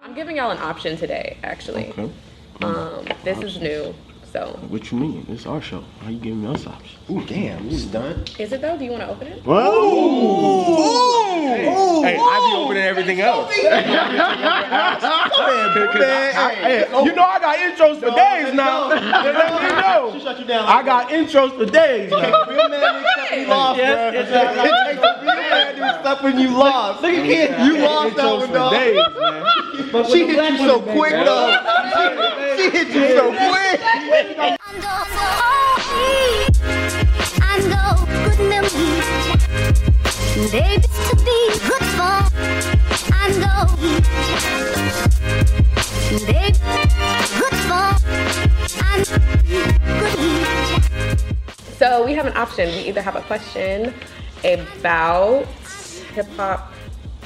I'm giving y'all an option today, actually. Okay. Um, this is new, so What you mean? It's our show. How you giving us options? Ooh, damn, stunt. is it though? Do you want to open it? Hey, I be opening everything else. you know I got intros for days now. Let me know. She shut you down. I got intros for days now. Real man accept when you lost, bruh. It takes a real man to accept when you lost. Look at kid, you lost that Intros one, for dog. days, man. She hit you so quick, though. She hit you so quick. I'm go for I'm go good memories. They used to be good for I'm go They good for I'm good So we have an option. We either have a question about hip hop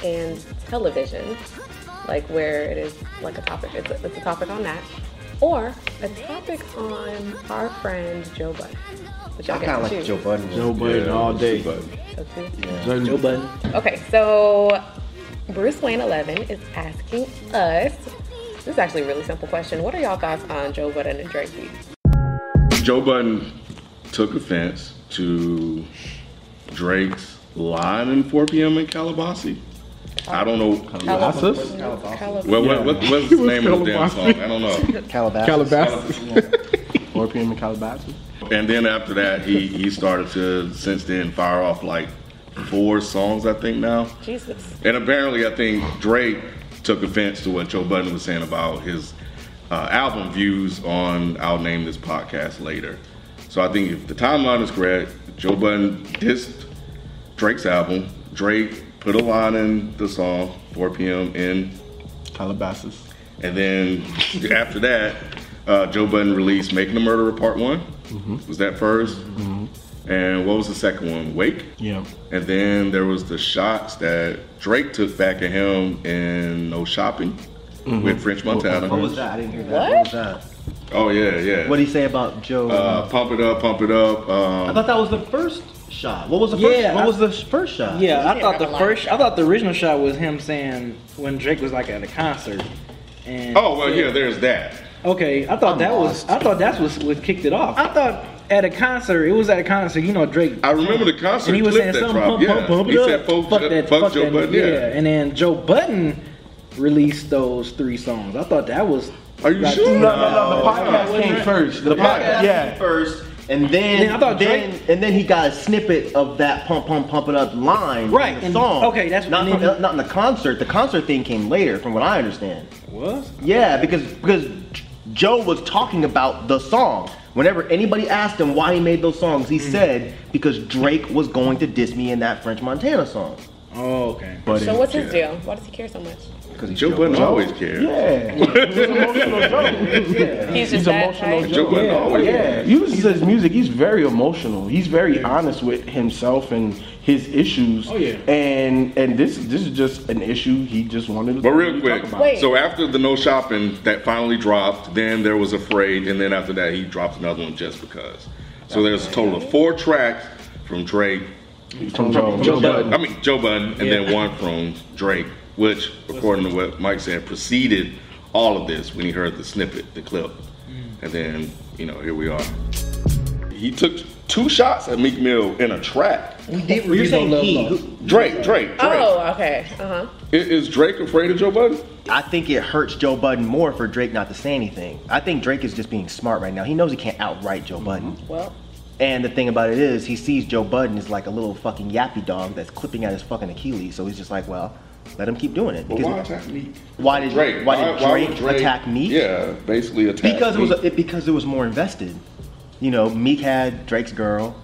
and television, like where it is like a topic. It's a, it's a topic on that, or a topic on our friend Joe Budden. Which y'all I get kind to of like choose. Joe Budden. Joe Budden all day. So choose. Joe Budden. Okay, so Bruce Wayne 11 is asking us. This is actually a really simple question. What are y'all thoughts on Joe Budden and Drake beef? Joe Budden took offense to Drake's line in 4 p.m. in Calabasas. I don't know. Calabasas? Calabasas. Well, what, what, what's the name of the damn song? I don't know. Calabasas. Calabasas. 4 p.m. in Calabasas. And then after that, he, he started to, since then, fire off like four songs, I think, now. Jesus. And apparently, I think Drake took offense to what Joe Budden was saying about his uh, album views on I'll Name This Podcast Later. So I think if the timeline is correct, Joe Budden dissed Drake's album. Drake put a line in the song, 4 p.m. in. Calabasas. And then after that, uh, Joe Budden released Making a Murderer Part one Was that 1st And what was the second one? Wake? Yeah. And then there was the shots that Drake took back at him in No Shopping with French Montana. What was that? I didn't hear that. What? What, was that? Oh yeah, yeah. What did he say about Joe? uh, pump it up, pump it up. I Um, thought that was the first shot. What was the first? Yeah, what I- was the first shot? Yeah, I thought have the a line. first, I thought the original shot was him saying when Drake was like at a concert. And oh well, yeah. There's that. Okay, I thought that was, I thought that's what what kicked it off. I thought at a concert, it was at a concert. You know, Drake. I remember the concert and he was clip saying that something, dropped. pump, yeah, pump, pump he it said, up, "Fuck, fuck Joe- that, fuck, fuck Joe that, Budden." yeah. Yeah. And then Joe Button released those three songs. I thought that was. Are you like, sure? No, no, no. The podcast wasn't came it? first. The podcast. yeah. Yeah. first, and then And then I thought then- Drake- and then he got a snippet of that pump pump pump it up line, in Right, The and- song. okay, that's- not and from, then- not in the concert. The concert thing came later, from what I understand. Was? Yeah, because because Joe was talking about the song. Whenever anybody asked him why he made those songs, he said because Drake was going to diss me in that French Montana song. Oh, okay. But So what's his deal? Why does he care so much? because Joe Budden always cared. Yeah. He's emotional Joe. He's just He's that emotional type. Joe Budden always Yeah, cared. uses his music. He's very emotional. He's very honest with himself and his issues. Oh, yeah. And and this this is just an issue he just wanted to. But real talk quick, about. Wait. so after the no shopping that finally dropped, then there was Afraid, and then after that he dropped another one just because. So there's a total of four tracks from Drake. from Joe, Joe I mean Joe Budden, and then one from Drake, which, according to what Mike said, preceded all of this when he heard the snippet, the clip, Mm. and then you know here we are. He took two shots at Meek Mill in a track. We did You're saying he? who- Drake, Drake, Drake. Oh, okay. Uh huh. I- Is Drake afraid of Joe Budden? I think it hurts Joe Budden more for Drake not to say anything. I think Drake is just being smart right now. He knows he can't outright Joe Budden. Well, And the thing about it is, he sees Joe Budden is like a little fucking yappy dog that's clipping at his fucking Achilles. So he's just like, well, let him keep doing it. But Because- why attack Meek? Why did Drake? Why did why would Drake, attack Meek? Yeah, basically attack. because it was Meek. a, it, because it was more invested. You know, Meek had Drake's girl.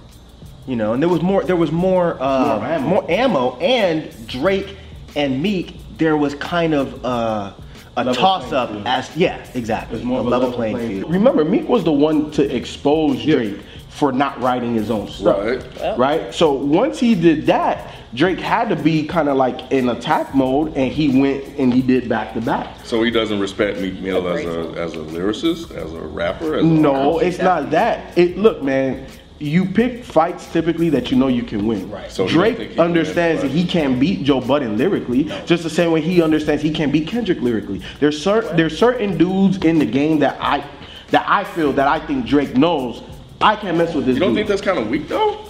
You know, and there was more there was more uh, More ammo. ammo. and Drake and Meek there was kind of uh, a a Level toss up playing field. as yeah, exactly. It's more of a level playing field. Remember, Meek was the one to expose Drake for not writing his own stuff. Right. Right? So once he did that, Drake had to be kind of like in attack mode, and he went and he did back to back. So he doesn't respect Meek Mill as a as a lyricist, as a rapper. As a No, it's not that. It look, man. You pick fights typically that you know you can win. Right. So So you don't think he Drake can understands win, that he can't beat Joe Budden lyrically, just the same way he understands he can't beat Kendrick lyrically. There's certain there's certain dudes in the game that I that I feel that I think Drake knows I can't mess with this. You don't dude. think that's kind of weak though?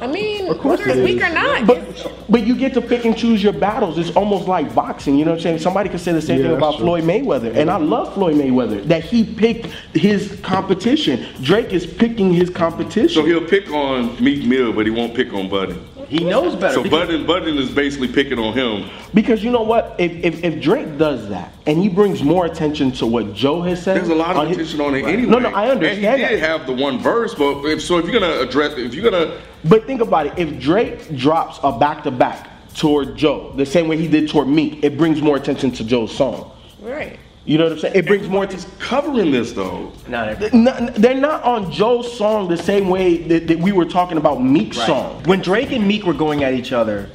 I mean, Of course whether it's it weak is. or not, it's- But, but you get to pick and choose your battles. It's almost like boxing. You know what I'm saying? Somebody could say the same Yeah, thing that's about true. Floyd Mayweather. And I love Floyd Mayweather that he picked his competition. Drake is picking his So competition. he'll pick on Meek Mill, but he won't pick on Budden. He knows better. So because- Budden Budden is basically picking on him. because you know what? If, if, if Drake does that and he brings more attention to what Joe has said, There's a lot of on his- attention on it anyway. Oh, No, no, I understand And he that. did have the one verse, but if so, if you're gonna address, if you're gonna But think about it. If Drake drops a back to back toward Joe, the same way he did toward Meek, it brings more attention to Joe's song. right. You know what I'm saying? It brings more attention. He's covering this though. N- they're not on Joe's song the same way that, that we were talking about Meek's Right. song. When Drake and Meek were going at each other,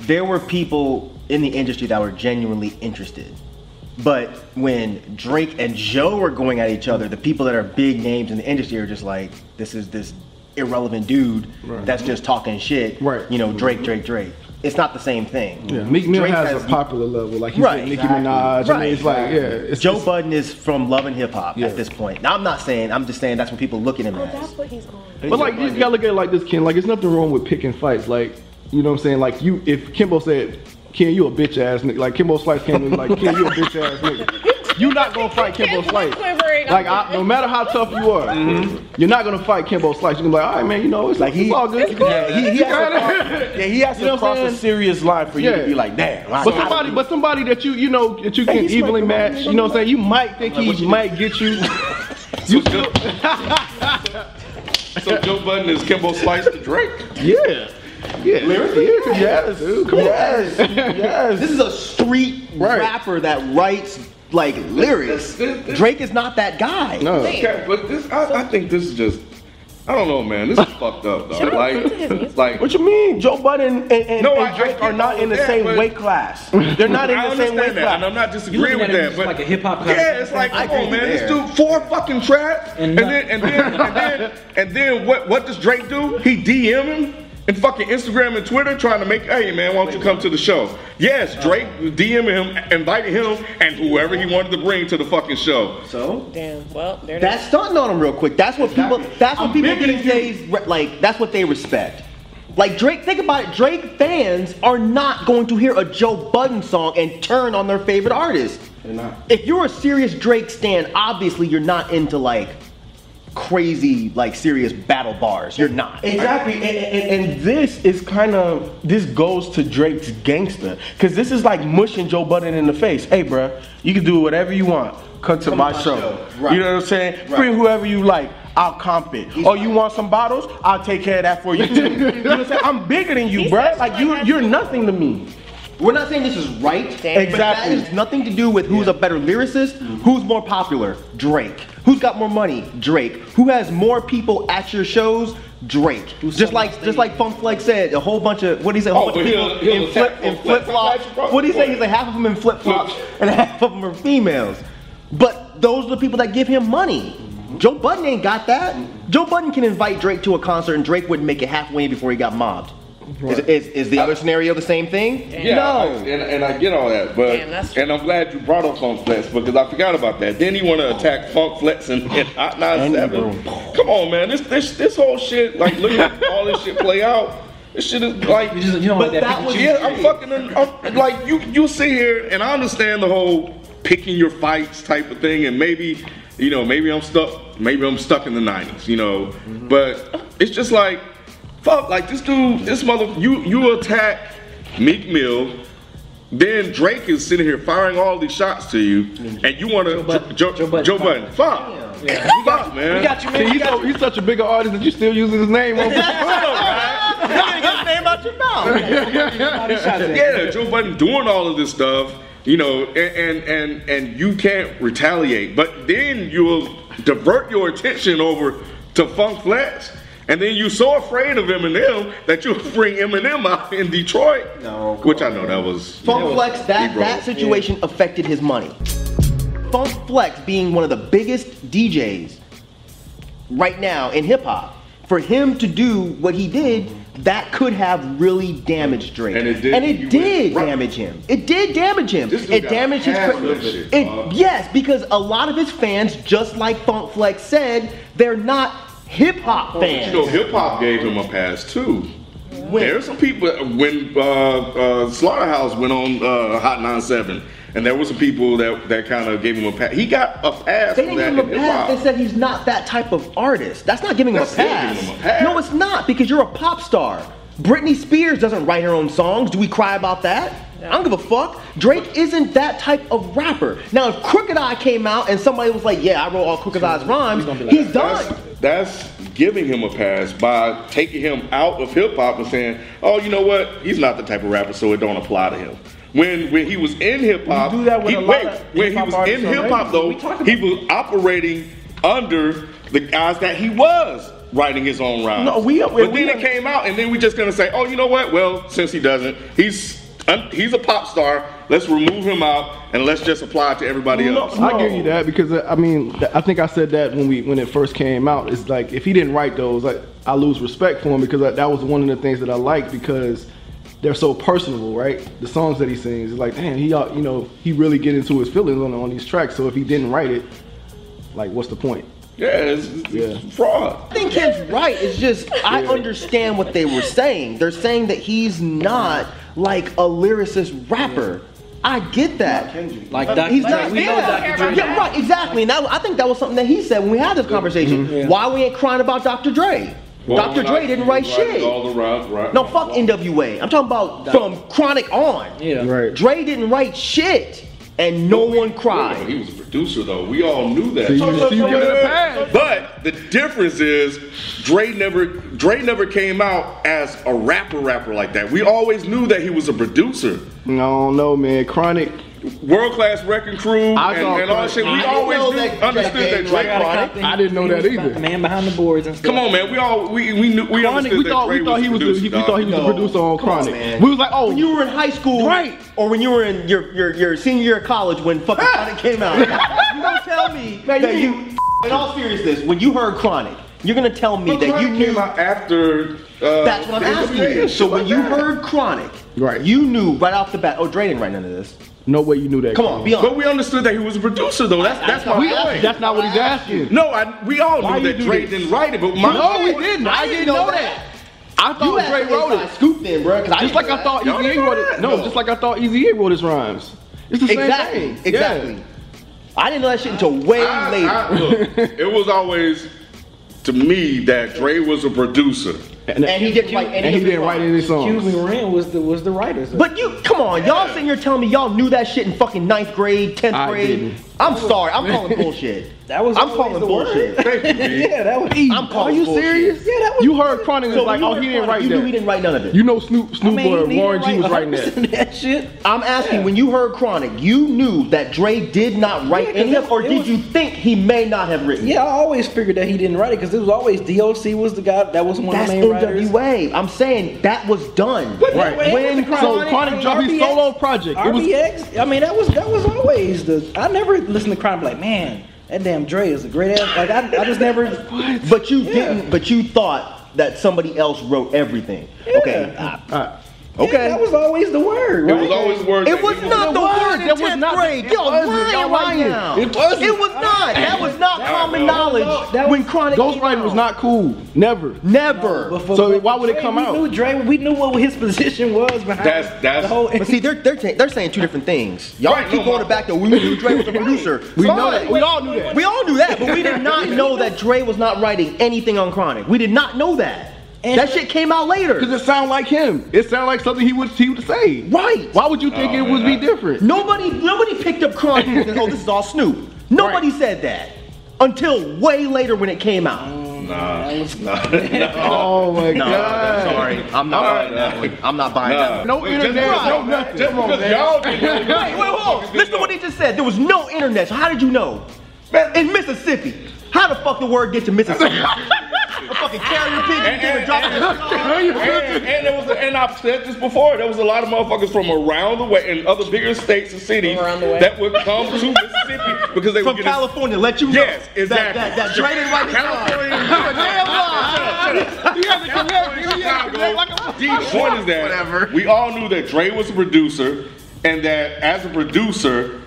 there were people in the industry that were genuinely interested. But when Drake and Joe were going at each other, the people that are big names in the industry are just like, this is this irrelevant dude that's just talking shit. Right. You know, Drake, Drake, Drake. It's not the same thing. Yeah, Meek Mill Drake has, has- a popular level, like he's Right, right, Nicki exactly. Minaj. I Right. mean, it's like yeah, it's Joe it's- Budden is from Love and Hip Hop Yeah. at this point. Now, I'm not saying, I'm just saying that's what people look at him Oh, as. that's what he's on. But like you gotta look at it like this, Ken. Like it's nothing wrong with picking fights. Like you know what I'm saying. Like you, if Kimbo said, "Ken, you a bitch ass nigga," like Kimbo Slice came in like, "Ken, you a bitch ass nigga." You not gonna fight Kimbo Kimbo Slice. quivering. Like I, no matter how tough you are, you're not gonna fight Kimbo Slice. You're gonna be like, all right, man, you know it's like Like he, he's all good. yeah, he, he has to cross, yeah, he has to You know what I'm cross a saying? serious line for you Yeah. to be like, damn. I But gotta somebody, do but somebody that you you know that you can he's evenly right. match. You know what I'm saying. You might think he might get you. So Joe, so Joe Budden is Kimbo Slice to Drake. Yeah. Yeah. Yeah. Yes. Dude, come on. Yes, yes. This is a street Right. rapper that writes like lyrics. Drake is not that guy. No. Okay, but this, I, I think this is just, I don't know, man. This is fucked up though. Like, like What you mean? Joe Budden and, and, No, I- and I Drake get are not all in the that, same but- weight class. They're not in I the same weight understand that, and class. I'm not disagreeing You with looking at it that, just but like a hip-hop Yeah, concert. it's like, I come on, agree man, this there. dude four fucking traps, and, And then and then and then and then what? What does Drake do? He DM him. And fucking Instagram and Twitter trying to make, hey man, why don't you come to the show? Yes, Drake DM him, invited him, and whoever he wanted to bring to the fucking show. So Damn. Well, there that's stunting on him real quick. That's what people. That's what I'm people bigger than these you. days re- like. That's what they respect. Like Drake, think about it. Drake fans are not going to hear a Joe Budden song and turn on their favorite artist. They're not. If you're a serious Drake stan, obviously you're not into like crazy, like serious battle bars. You're not. Exactly, and, and, and this is kind of this goes to Drake's gangster, cause this is like mushing Joe Budden in the face. Hey, bruh, you can do whatever you want. Come to my, show. show. Right. You know what I'm saying? Right. Bring whoever you like. I'll comp it. oh, you want some bottles? I'll take care of that for you. Too. you know what I'm saying? I'm bigger than you, He's bruh. actually Like you, like that you're too. nothing to me. We're not saying this is right. Damn. But that Exactly. has nothing to do with who's a better lyricist, who's more popular, Drake. Who's got more money, Drake. Who has more people at your shows, Drake. just like just like Funk Flex said, a whole bunch of what do you say? a whole Oh, bunch of but people he'll- he'll in flip attack in Funk flip Flex. flops. Flex, bro. What do you say? He's like half of them in flip flops and half of them are females. But those are the people that give him money. Joe Budden ain't got that. Joe Budden can invite Drake to a concert and Drake wouldn't make it halfway before he got mobbed. Is, is, is the other scenario the same thing? Yeah, I- No. and, and I get all that, but Damn, that's- and I'm glad you brought up Funk Flex because I forgot about that. Then he want to attack Funk Flex and, and Hot 97. Come on, man, this this this whole shit, like look at all this shit play out. This shit is like You just you don't But like that. that pick and was- choose. yeah, I'm fucking. I'm, like you, you sit here, and I understand the whole picking your fights type of thing, and maybe, you know, maybe I'm stuck. Maybe I'm stuck in the '90s, you know. Mm-hmm. But it's just like, fuck. Like this dude, this mother, you, you attack Meek Mill. Then Drake is sitting here firing all these shots to you, and you want to Budden. Joe, Mm-hmm. Joe Budden. Joe Budden. Fuck, fuck, man. We got you, man. See, We he's, got so, you. he's such a bigger artist that you still using his name. On Get his name out your mouth. All these shots at. Yeah, Joe Budden doing all of this stuff. You know, and, and and and you can't retaliate, but then you'll divert your attention over to Funk Flex, and then you're so afraid of Eminem that you bring Eminem out in Detroit, No, come which I on, know man. that was Funk Flex, that, Ebro. that situation affected his money. Funk Flex being one of the biggest DJs right now in hip hop, for him to do what he did, that could have really damaged Drake. And it did. And You it went did right. damage him. It did damage him. This dude It got damaged his. half cre- of that shit, dog. it, yes, because a lot of his fans, just like Funk Flex said, they're not hip hop But you know, fans. hip hop gave him a pass too. When- There's some people when uh, uh, Slaughterhouse went on uh, Hot 97, and there were some people that, that kind of gave him a pass. He got a pass. They for didn't that give him a in pass. hip-hop. They said he's not that type of artist. That's not giving him, That's a still pass. giving him a pass. No, it's not because you're a pop star. Britney Spears doesn't write her own songs. Do we cry about that? I don't give a fuck. Drake isn't that type of rapper. Now, if Crooked Eye came out and somebody was like, "Yeah, I wrote all Crooked Eye's rhymes," he's done. That's, that's giving him a pass by taking him out of hip hop and saying, "Oh, you know what? He's not the type of rapper, so it don't apply to him." When when he was in hip hop, You do that with he, a lot wait, of when he hip-hop was in artists hip hop already. though, We talked he about was operating under the guys that he was writing his own rhymes. No, we- but we- then we- it came out, and then we just gonna say, "Oh, you know what? Well, since he doesn't, he's." un- He's a pop star. Let's remove him out and let's just apply it to everybody No, else. I give you that because uh, I mean th- I think I said that when we when it first came out. It's like if he didn't write those, like I lose respect for him because I, that was one of the things that I liked because they're so personable, right? The songs that he sings, it's like damn, he ought- you know he really get into his feelings on on these tracks. So if he didn't write it, like what's the point? Yeah, it's, it's Yeah. fraud. I think Ken's right. It's just I understand what they were saying. They're saying that he's not like a lyricist rapper. I get that. Like Dr. He's Dre. not we know yeah. Dr. Dre. Yeah, right, exactly. And that, I think that was something that he said when we had this conversation. Mm-hmm. Why we ain't crying about Dr. Dre? Dr. Dre didn't write shit. All the rhymes, right? No, fuck NWA. I'm talking about from Chronic on. Yeah. Right. Dre didn't write shit, and no one He cried. was a producer, though. We all knew that. So you- so you give it a pass. But the difference is, Dre never Dre never came out as a rapper rapper like that. We always knew that he was a producer. No, no, man. Chronic. World class record crew I and, thought and all that Chronic- shit. I We didn't always know knew, that Dre understood that came Dre. like- Chronic. I didn't know He was that either. the Man behind the boards and stuff. Come on, man. We all we we knew we Chronic. understood We that thought Dre we thought was he a was the, producer. we thought he was dog. the producer on Come on, Chronic. man. we was like, oh, When you were in high school, Right. or when you were in your your, your senior year of college when fucking Ah! Chronic came out, you don't tell me that you. In all seriousness, when you heard Chronic, you're gonna tell me But that you Chronic knew. came out after. Uh, That's what I'm asking NWA. you. So when you Like that. heard Chronic, Right. you knew right off the bat. Oh, Dre didn't write none of this. no way you knew that. Come on, be honest. But we understood that he was a producer, though. That's that's my We- point. that's not what he's asking. No, I, we all Why knew you that do Dre this? didn't write it, but my No, he didn't. I, didn't know that. I You thought Dre wrote it. Scoop then, bro. Just like I thought Y'all Eazy didn't A know wrote that? it. No, No. just like I thought Eazy A wrote his rhymes. It's the same Exactly. thing. Yeah. Exactly. I didn't know that shit until way I, later. I, look, it was always to me that Dre was a producer. and he didn't write any And of he his didn't write rhymes. any Hugh songs. Moran was the was the writers. But you, come on, y'all sitting here telling me y'all knew that shit in fucking ninth grade, tenth I grade. didn't. I'm sorry, I'm calling bullshit. That was I'm always calling the word. bullshit. Thank you, B. yeah, that was. I'm calling Are you bullshit. serious? Yeah, that was- You heard Chronic So was like, you oh, were he didn't Chronic, write you knew he that. didn't write none of it. You know Snoop, I Snoop mean, or he didn't Warren G write was writing that. 100% that shit. I'm asking, when you heard Chronic, you knew that Dre did not write Yeah, 'cause any of, it- or it did was- you think he may not have written? it? Yeah, I always figured that he didn't write it because it was always DOC was the guy that was one That's of the main NWA. writers. I'm saying that was done. But that way- When Chronic- So Chronic dropped his RBX solo project. It was RBX. I mean, that was that was always the. I never listened to Chronic like, man, that damn Dre is a great ass. Like I, I just never. But you Yeah. didn't. But you thought that somebody else wrote everything. Okay. Uh, I- Uh, Yeah, okay. that was always the word. It Right? was always words. It was not the word in It was 10th not- grade. it Y'all wasn't. lying Y'all right lying. now. It wasn't. It was not. That was not common knowledge That when was- Chronic came Ghostwriting was out. not cool. Never. Never. But for- So but why for would it Dre, come out? We knew Dre. We knew what his position was behind That's- that's- the whole. But see, they're, they're, ta- they're saying two different things. Y'all Right, keep no, going my- back to we knew Dre was a producer. We Fine. know that. We all knew that. We all knew that, but we did not know that Dre was not writing anything on Chronic. We did not know that. And- that shit came out later. Because it sounded like him. It sounded like something he would he would say. Right. Why would you think Oh, it would be man, I- different? Nobody nobody picked up Chronic and said, oh, this is all Snoop. Nobody said that until way later when it came out. Nah, nah, nah. Oh my No, god. sorry, I'm not buying that nah. one. I'm not buying that one. No Wait, just internet, because- no nothing. Just Come on, because man. y'all didn't know what Wait, wait, hold on. motherfuckers Listen to what didn't they just said. There was no internet. So how did you know? Man, in Mississippi, how the fuck the word get to Mississippi? a fucking carrier pigeon came and dropped it. know. And, and there was, a, and I've said this before. There was a lot of motherfuckers from around the way and other bigger states and cities Around the way. that would come to Mississippi because they from would get a- California. Let you know. Yes, exactly. That, that, that Dre didn't write his California. You gotta connect. You gotta connect like a oh, Chicago. The point is that Whatever. we all knew that Dre was a producer, and that as a producer,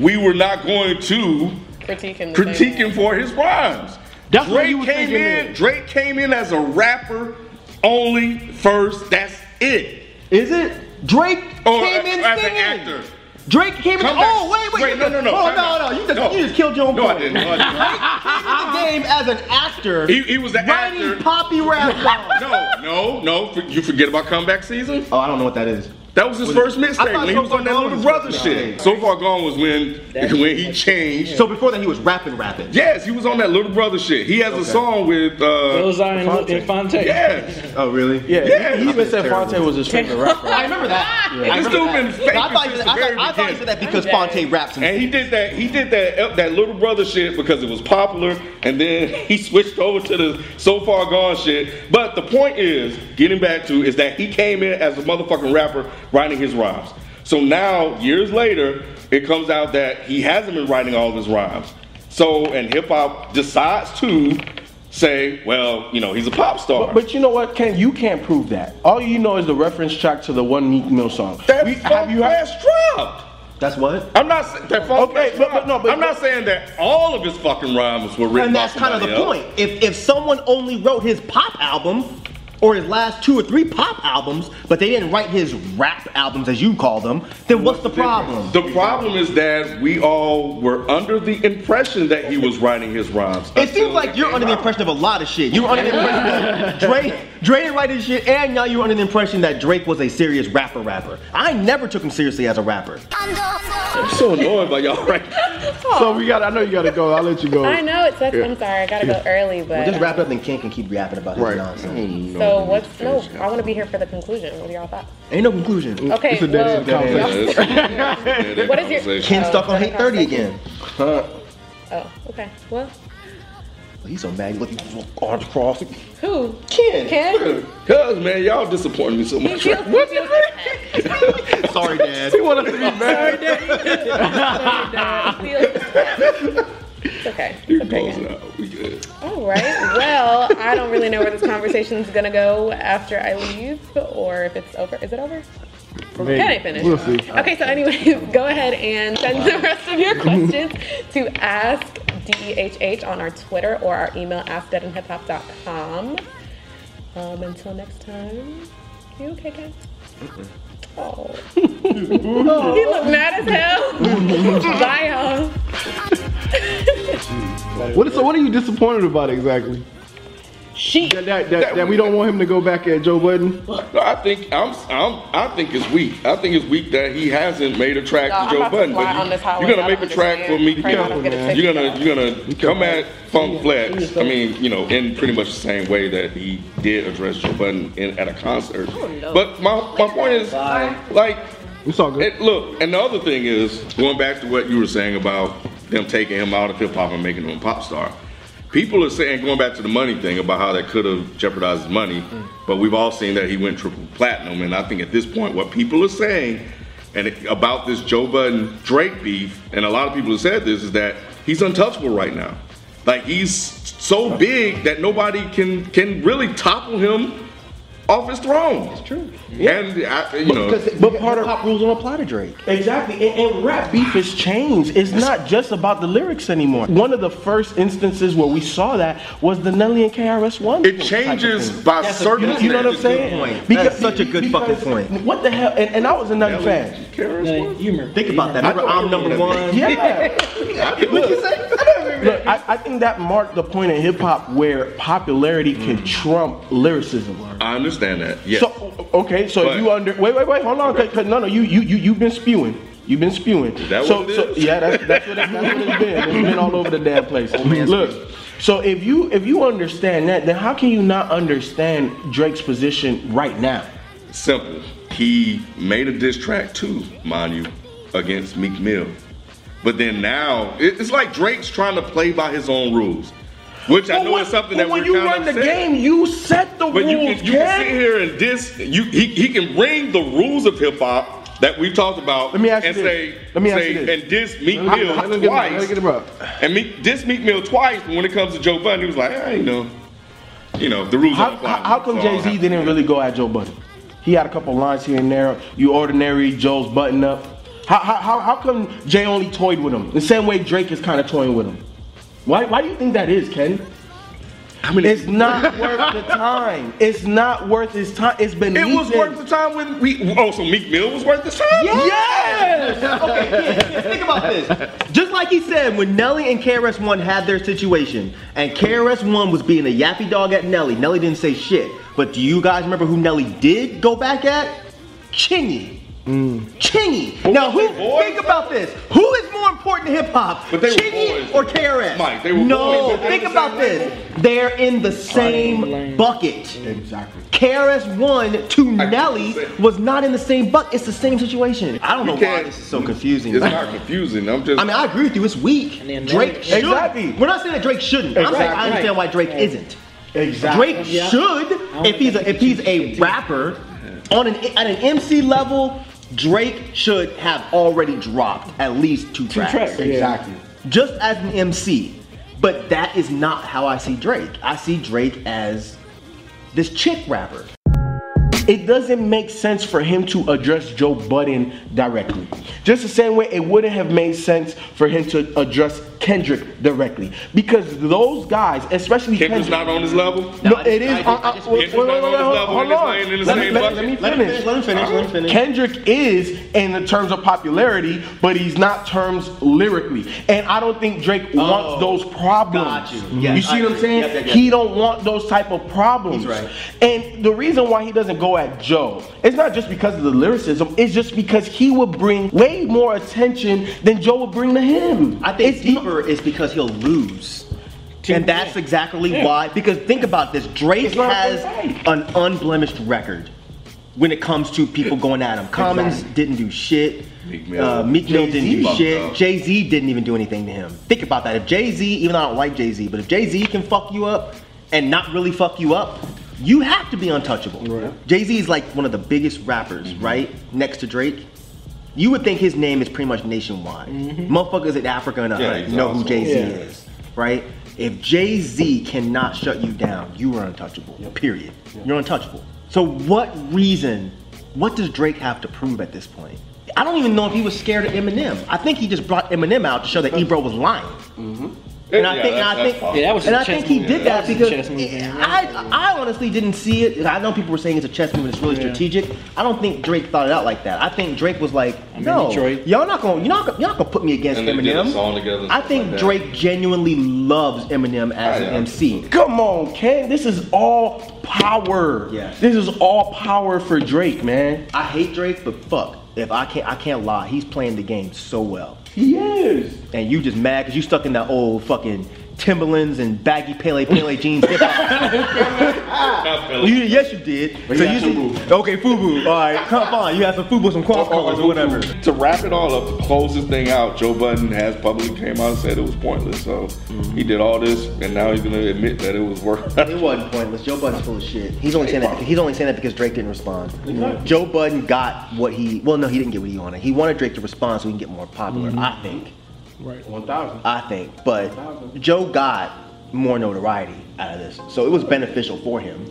we were not going to critiquing. the critique him for his rhymes. That's what Drake you was came thinking in. then. Drake came in as a rapper only first. That's it. Is it? Drake Or came in as singing. an actor. Drake came Come in. back. Oh wait, wait, wait, no, no, no. Oh time out. no, no. You just, you just killed your own no, point. I didn't. No, I didn't. Drake came in the game as an actor. He- he was an writing actor. poppy rap songs. No, no, no. For- You forget about comeback season? Oh, I don't know what that is. That was his first I mixtape thought when he So was Far on that Gone little was- brother no. shit. So far gone was when when he changed. So before that, he was rapping, rapping. Yes, he was on that little brother shit. He has a song with uh Those are in in Fonte. Yes. Oh really? Yeah, Yeah, he, he even said terrible. Fonte was his favorite rapper. I remember that. I This remember dude that. been faking I thought, you since said, the I, very thought, I thought you beginning. said that because Fonte raps. And And he did that he did that eh, that little brother shit because it was popular and then he switched over to the so far gone shit. But the point is, getting back to is that he came in as a motherfucking rapper writing his rhymes. So now, years later, it comes out that he hasn't been writing all of his rhymes. So and hip hop decides to say, well, you know, he's a pop star. But, but you know what, Ken? You can't prove that. All you know is the reference track to the one Meek Mill song. that We- funk you- ass dropped. that's what. I'm not sa- that funk Okay, ass but- but rhyme. no, but- I'm not saying that all of his fucking rhymes were written. And that's by kind of the somebody else. point. If if someone only wrote his pop album or his last two or three pop albums, but they didn't write his rap albums as you call them, then what's, the problem? The problem is that we all were under the impression that he was writing his rhymes. it seems like you're under the impression of a lot of shit. You were under the impression that Drake, Drake didn't write his shit, and now you're under the impression that Drake was a serious rapper rapper. I never took him seriously as a rapper. I'm so annoyed by y'all right now. So we got. I know you gotta go. I'll let you go. I know it's. That's, I'm sorry. I gotta go early, but Just um, wrap it up and Ken can keep rapping about his Right. nonsense. so what's no? I want to be here for the conclusion. What are y'all thoughts? Ain't no conclusion. Okay. It's a dead end well, conversation. What is your- Ken stuck on hate 30 again. Oh, okay. Well, He's so mad. Look, he's arms crossed. who? Ken. Ken? Cause man, y'all disappointed me so He much. feels, he feels Sorry, Dad. He wanted to be mad. attacked. He feels It's okay. It's okay. Close it out. We good. All right. Well, I don't really know where this conversation's gonna go after I leave, or if it's over. Is it over? Can I finish? We'll see. Okay, so anyways, go ahead and send the rest of your questions to ask DEHH on our Twitter or our email askdeadandhiphop.com. Um, until next time, you okay, Ken? Oh. he looked mad as hell. Bye, y'all. What, so what are you disappointed about exactly? She. That that, that, that we don't want him to go back at Joe Budden. No, I think I'm, I'm. I think it's weak. I think it's weak that he hasn't made a track Y'all, to Joe I'm about to Budden. fly But you, on this highway. you're I gonna make a don't track for understand. me. Pray I don't get a ticket. You're gonna you're gonna come at Funk Flex. I mean, you know, in pretty much the same way that he did address Joe Budden in, at a concert. Oh, But my my point is, like, It's all good. and look, and the other thing is, going back to what you were saying about them taking him out of hip hop and making him a pop star. People are saying, going back to the money thing about how that could have jeopardized his money, but we've all seen that he went triple platinum. And I think at this point, what people are saying and it- about this Joe Budden Drake beef, and a lot of people have said this, is that he's untouchable right now. Like he's so big that nobody can can really topple him off his throne. It's true. And I, you know, But part of pop rules don't apply to Drake. Exactly, and, and rap beef has changed. It's not just about the lyrics anymore. One of the first instances where we saw that was the Nelly and KRS One. It changes by That's a certain. good- You know what I'm That's a good saying? point. That's such a good fucking point. What the hell? And, and I was another fan. Hey, humor. Think about that. Remember, I'm number one. Yeah. What'd you say? Look, I, I think that marked the point in hip hop where popularity can trump lyricism. I understand that. Yes. So okay, so But- if you under wait wait wait hold on, 'cause- 'cause no no you you you you've been spewing. You've been spewing. that so, what it so is? yeah, that's, that's, what it, that's what it's been. It's been all over the damn place. Look, So if you if you understand that, then how can you not understand Drake's position right now? Simple. He made a diss track too, mind you, against Meek Mill. But then now it- it's like Drake's trying to play by his own rules, which I But know when- is something but that when we're you kind run of the game, you set the But you rules. can, you can sit here and diss. You he, he can bring the rules of hip hop that we talked about. Let me ask and you say, this. Let me ask say- you this. and diss Meek Let me get- Mill let me get- let me twice. get him up. and Meek, diss Meek Mill twice. But when it comes to Joe Budden, he was like, I ain't know. You know the rules. How, don't apply how, to how me, come so I don't Jay Z have to didn't do really that. go at Joe Budden? He had a couple lines here and there. You ordinary, Joe's button up. How, how, how, how come Jay only toyed with him? The same way Drake is kind of toying with him. Why, why do you think that is, Ken? How many? It's not worth the time. It's not worth his time. It's been It was leaked in. worth the time when we. Oh, so Meek Mill was worth the time. Yes! okay, kids, kids, think about this. Just like he said, when Nelly and KRS1 had their situation, and KRS1 was being a yappy dog at Nelly, Nelly didn't say shit. But do you guys remember who Nelly did go back at? Chingy. Mm. Chingy. Now, who, they boys? think about this. Who is more important to hip hop? But they were Chingy boys, or though. KRS? Mike, they were No, boys, but they think were the about same this. They're in the same bucket. Exactly. KRS1 to I Nelly can't say. was not in the same bucket. It's the same situation. I don't You know why can't- this is so confusing. It's not confusing. I'm just. I mean, I agree with you. It's weak. And then Drake Nelly- should. Exactly. We're not saying that Drake shouldn't. I'm saying I Right, understand right. why Drake isn't. Exactly. Drake Yeah. should don't if he's think a, if he's a rapper on an at an MC level. Drake should have already dropped at least two tracks. tracks, yeah. Exactly. Just as an MC. But that is not how I see Drake. I see Drake as this chick rapper. It doesn't make sense for him to address Joe Budden directly. Just the same way it wouldn't have made sense for him to address Kendrick directly. Because those guys, especially Kendrick's not on his level. No, I just- it is. I just- uh, I uh, just- wait, Kendrick's wait, not wait, on wait, his hold- level hold and it's on. laying in the Let me- same let- bucket. Let me Let him finish. finish, let him finish, let him finish. Kendrick is in the terms of popularity, but he's not terms lyrically. And I don't think Drake wants those problems. Oh, got you. Yes, you see what I I'm agree. saying? Yep, yep, yep. He don't want those type of problems. He's right. And the reason why he doesn't go at Joe, it's not just because of the lyricism, it's just because he would bring way more attention than Joe would bring to him. I think It's not- deeper is because he'll lose. And that's exactly why. Because think about this Drake It's not a has fair fight. an unblemished record when it comes to people going at him. Commons Exactly. didn't do shit. Meek Mill. Uh, Meek Mill didn't do Jay-Z. Fucked shit. up. Jay Z didn't even do anything to him. Think about that. If Jay Z, even though I don't like Jay Z, but if Jay Z can fuck you up and not really fuck you up, you have to be untouchable. Jay Z is like one of the biggest rappers, Mm-hmm. right? Next to Drake. You would think his name is pretty much nationwide. Motherfuckers in Africa and Yeah, yeah, he's know who awesome. Jay Z Mm-hmm. Yeah. is, right? If Jay Z cannot shut you down, you are untouchable. Period. You're untouchable. So what reason? What does Drake have to prove at this point? I don't even know if he was scared of Eminem. I think he just brought Eminem out to show that Ebro was lying. And I Yeah, think, and that's- I that's think, possible. Mm-hmm. Yeah, that was and a I chess think he move. did That that was a because chess move, yeah. I, I honestly didn't see it. I know people were saying it's a chess move and it's really strategic. I don't think Drake thought it out like that. I think Drake was like, in no, Detroit. y'all not gonna, you're not gonna, you're not gonna put me against And they did a Eminem. song together and I stuff think like that. Oh, Drake genuinely loves Eminem as I an know. MC. Come on, Ken. This is all power. Yeah. This is all power for Drake, man. I hate Drake, but fuck, if I can't, I can't lie. He's playing the game so well, He is. and you just mad because you stuck in that old fucking Timberlands and baggy Pele Pele jeans. hip hop. Not Well, Philly. you, yes, you did. you had said- FUBU. Okay, FUBU. All right, come on. You have some FUBU, Oh, some cross colors, or whatever. To wrap it all up, to close this thing out, Joe Budden has publicly came out and said it was pointless. So Mm-hmm. he did all this, and now he's gonna admit that it was worth. It wasn't pointless. Joe Budden's full of shit. He's only saying that. He's only saying that because Drake didn't respond. Joe Budden got what he. Well, no, he didn't get what he wanted. He wanted Drake to respond so he can get more popular. I think. One thousand. I think. But Joe got more notoriety out of this, so it was beneficial for him.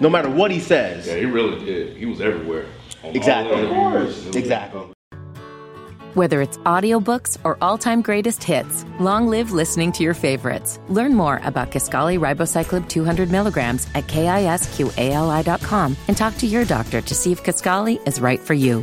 No matter what he says. yeah, he really did. He was everywhere. on all the Exactly. Of interviews. It was- Exactly. Whether it's audiobooks or all-time greatest hits, long live listening to your favorites. Learn more about Kaskali Ribocyclib 200 milligrams at kisqali.com and talk to your doctor to see if Kaskali is right for you.